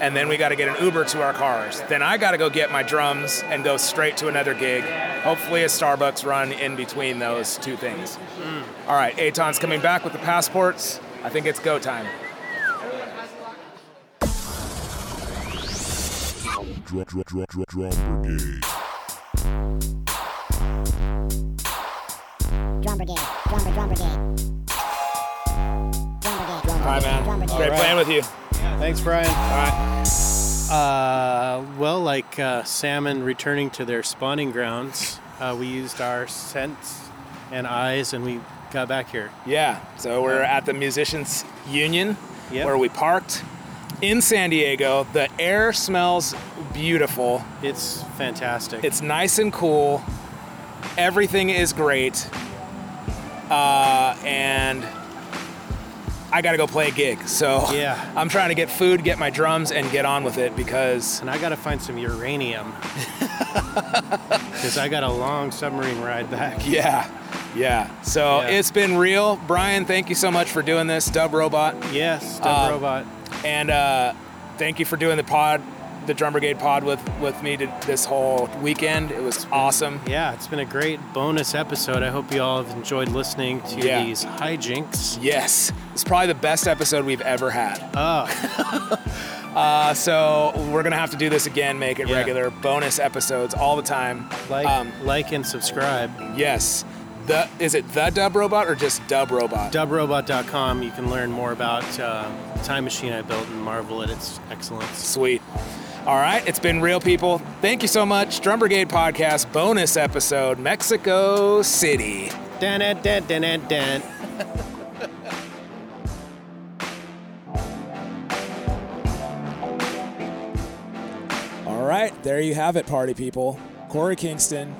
And then we got to get an Uber to our cars. Then I got to go get my drums and go straight to another gig. Hopefully, a Starbucks run in between those two things. All right, Aton's coming back with the passports. I think it's go time.
Drum, drum, drum, drum, drum brigade.
Drum Brigade, Drum Brigade, Drum Brigade. Drum Brigade, Drum
All right,
Brigade, Drum
man.
Brigade.
Great playing with you.
Thanks, Brian.
All right.
Uh, well, like uh, salmon returning to their spawning grounds, uh, we used our scents and eyes and we got back here.
Yeah, so we're at the Musicians Union
Yep.
where we parked in San Diego. The air smells beautiful,
It's fantastic.
it's nice and cool, everything is great. Uh, and I gotta go play a gig, so
Yeah.
I'm trying to get food, get my drums, and get on with it because
and I got to find some uranium because I got a long submarine ride back.
yeah, yeah. So
Yeah.
it's been real, Brian. Thank you so much for doing this, Dub Robot. uh,
Yes, Dumb
Um,
Robot.
And uh, thank you for doing the pod the Drum Brigade pod with, with me to this whole weekend. It was awesome.
Yeah, it's been a great bonus episode. I hope you all have enjoyed listening to
Yeah.
these hijinks.
Yes, it's probably the best episode we've ever had.
Oh,
Uh, so we're gonna have to do this again, make it
Yeah.
regular, bonus episodes all the time.
like,
Um,
like, and subscribe.
Yes. The is it the Dub Robot or just Dub Robot?
Dubrobot.com. You can learn more about uh, the time machine I built and marvel at its excellence.
Sweet. All right, it's been real, people. Thank you so much. Drum Brigade Podcast bonus episode, Mexico City.
Dun, dun, dun, dun, dun, dun.
All right, there you have it, party people. Corey Kingston,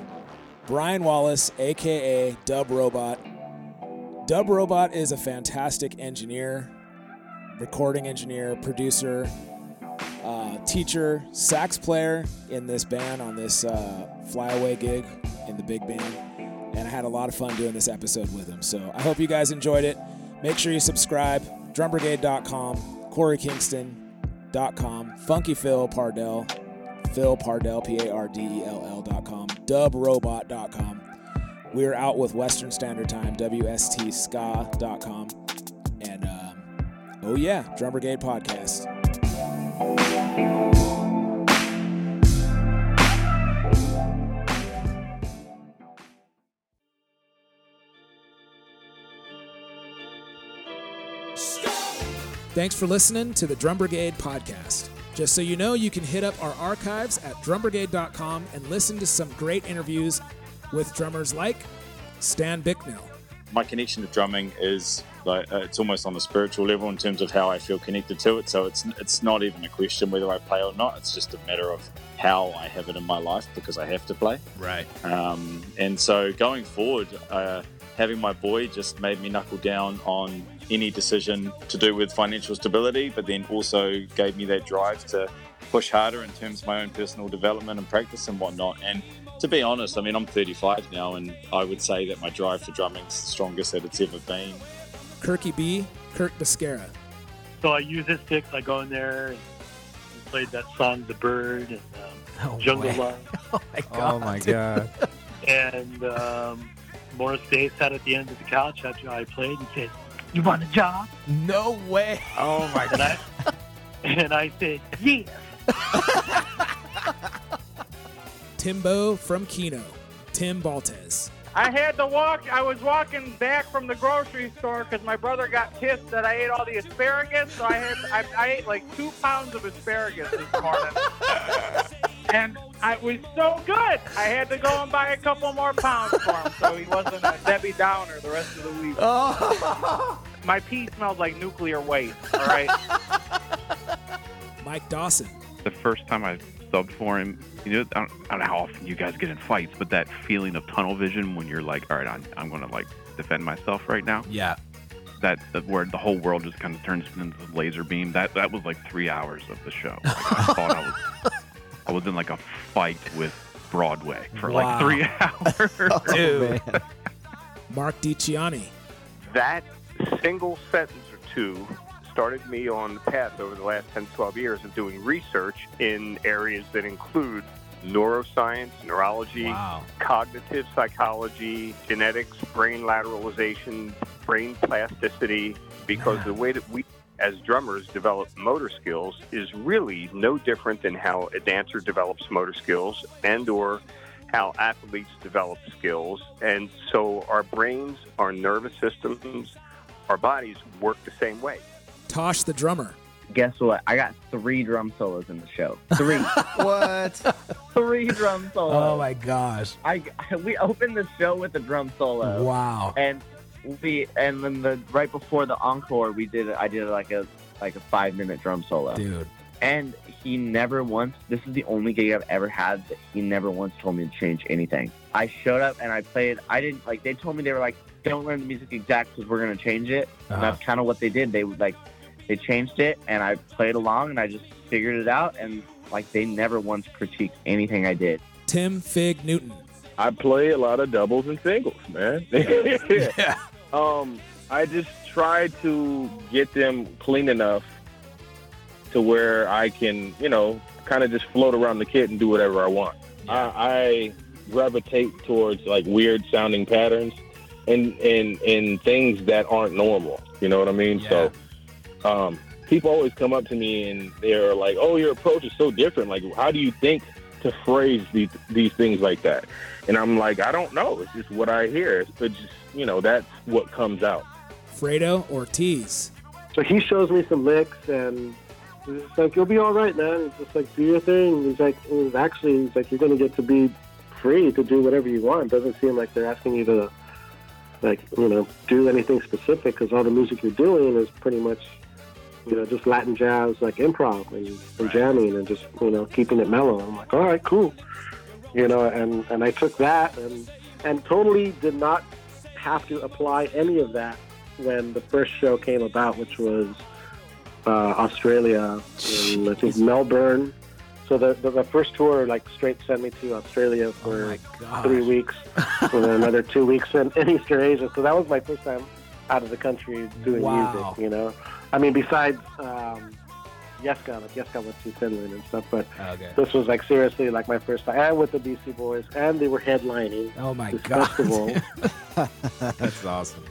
Brian Wallace, aka Dub Robot. Dub Robot is a fantastic engineer, recording engineer, producer, uh, teacher, sax player in this band on this uh, flyaway gig in the big band. And I had a lot of fun doing this episode with him. So I hope you guys enjoyed it. Make sure you subscribe. Drumbrigade.com, CoreyKingston.com, Funky Phil Pardell, Phil Pardell, P A R D E L L dot com, dubrobot.com. We are out with Western Standard Time, WSTSCA.com. And um, oh, yeah, Drum Brigade Podcast. Thanks for listening to the Drum Brigade podcast. Just so you know, you can hit up our archives at drumbrigade.com and listen to some great interviews with drummers like Stan Bicknell,
my connection to drumming is like uh, it's almost on a spiritual level in terms of how I feel connected to it. So it's it's not even a question whether I play or not. It's just a matter of how I have it in my life because I have to play.
Right.
Um, and so going forward, uh, having my boy just made me knuckle down on any decision to do with financial stability, but then also gave me that drive to push harder in terms of my own personal development and practice and whatnot. And to be honest, I mean, I'm 35 now, and I would say that my drive for drumming's the strongest that it's ever been.
Kirky B, Kurt Biscara,
So I use this sticks. I go in there and played that song, The Bird, and um, Jungle
boy.
Love.
Oh my god.
And um, Morris Day sat at the end of the couch after I played and said, You want a job?
No way.
Oh my
And I, and I said, Yes.
Timbo from Kino, Tim Baltes,
I had to walk. I was walking back from the grocery store because my brother got pissed that I ate all the asparagus. So I had I, I ate like two pounds of asparagus this morning, and I was so good. I had to go and buy a couple more pounds for him, so he wasn't a Debbie Downer the rest of the week.
Oh.
My pee smelled like nuclear waste. All right.
Mike Dawson,
the first time I subbed for him, you know, I don't, I don't know how often you guys get in fights, but that feeling of tunnel vision when you're like, all right, I'm, I'm going to like defend myself right now.
Yeah.
That the, where the whole world just kind of turns into a laser beam. That that was like three hours of the show. Like, I thought I was, I was in like a fight with Broadway for
Wow.
like three hours.
Dude. Mark DiCiani,
That single sentence or two started me on the path over the last 10, 12 years of doing research in areas that include neuroscience, neurology, cognitive psychology, genetics, brain lateralization, brain plasticity, because the way that we as drummers develop motor skills is really no different than how a dancer develops motor skills and or how athletes develop skills. And so our brains, our nervous systems, our bodies work the same way.
Tosh the drummer,
Guess what? I got three drum solos in the show. Three. what? Three drum solos.
Oh my gosh.
I we opened the show with a drum solo.
Wow.
And we and then the right before the encore, we did I did like a like a five minute drum solo.
Dude.
And he never once. This is the only gig I've ever had that he never once told me to change anything. I showed up and I played. I didn't like. They told me they were like, "Don't learn the music exact because we're gonna change it." And
Uh-huh.
that's kind of what they did. They would like, they changed it, and I played along, and I just figured it out. And like, they never once critiqued anything I did.
Tim Fig Newton,
I play a lot of doubles and singles, man. yeah. Um, I just try to get them clean enough to where I can, you know, kind of just float around the kit and do whatever I want. I, I gravitate towards like weird sounding patterns and, and and things that aren't normal. You know what I mean? So um, people always come up to me and they're like, "Oh, your approach is so different. Like, how do you think to phrase these these things like that?" And I'm like, "I don't know. It's just what I hear. It's it's just you know that's what comes out."
Fredo Ortiz.
So he shows me some licks and he's just like, you'll be all right, man. He's just like, do your thing. He's like, it was actually, he's like, you're going to get to be free to do whatever you want. It doesn't seem like they're asking you to, like, you know, do anything specific because all the music you're doing is pretty much, you know, just Latin jazz, like improv and, and jamming and just, you know, keeping it mellow. I'm like, all right, cool. You know, and, and I took that and, and totally did not have to apply any of that when the first show came about, which was uh, Australia, in, I think Melbourne. So the, the, the first tour, like, straight sent me to Australia for three weeks, and then another two weeks in, in Eastern Asia. So that was my first time out of the country doing
Wow.
music, you know? I mean, besides um, Yeska, like, Yeska went to Finland and stuff, but
Okay.
this was, like, seriously, like, my first time, and with the BC Boys, and they were headlining
Oh my
this
God.
festival.
That's awesome.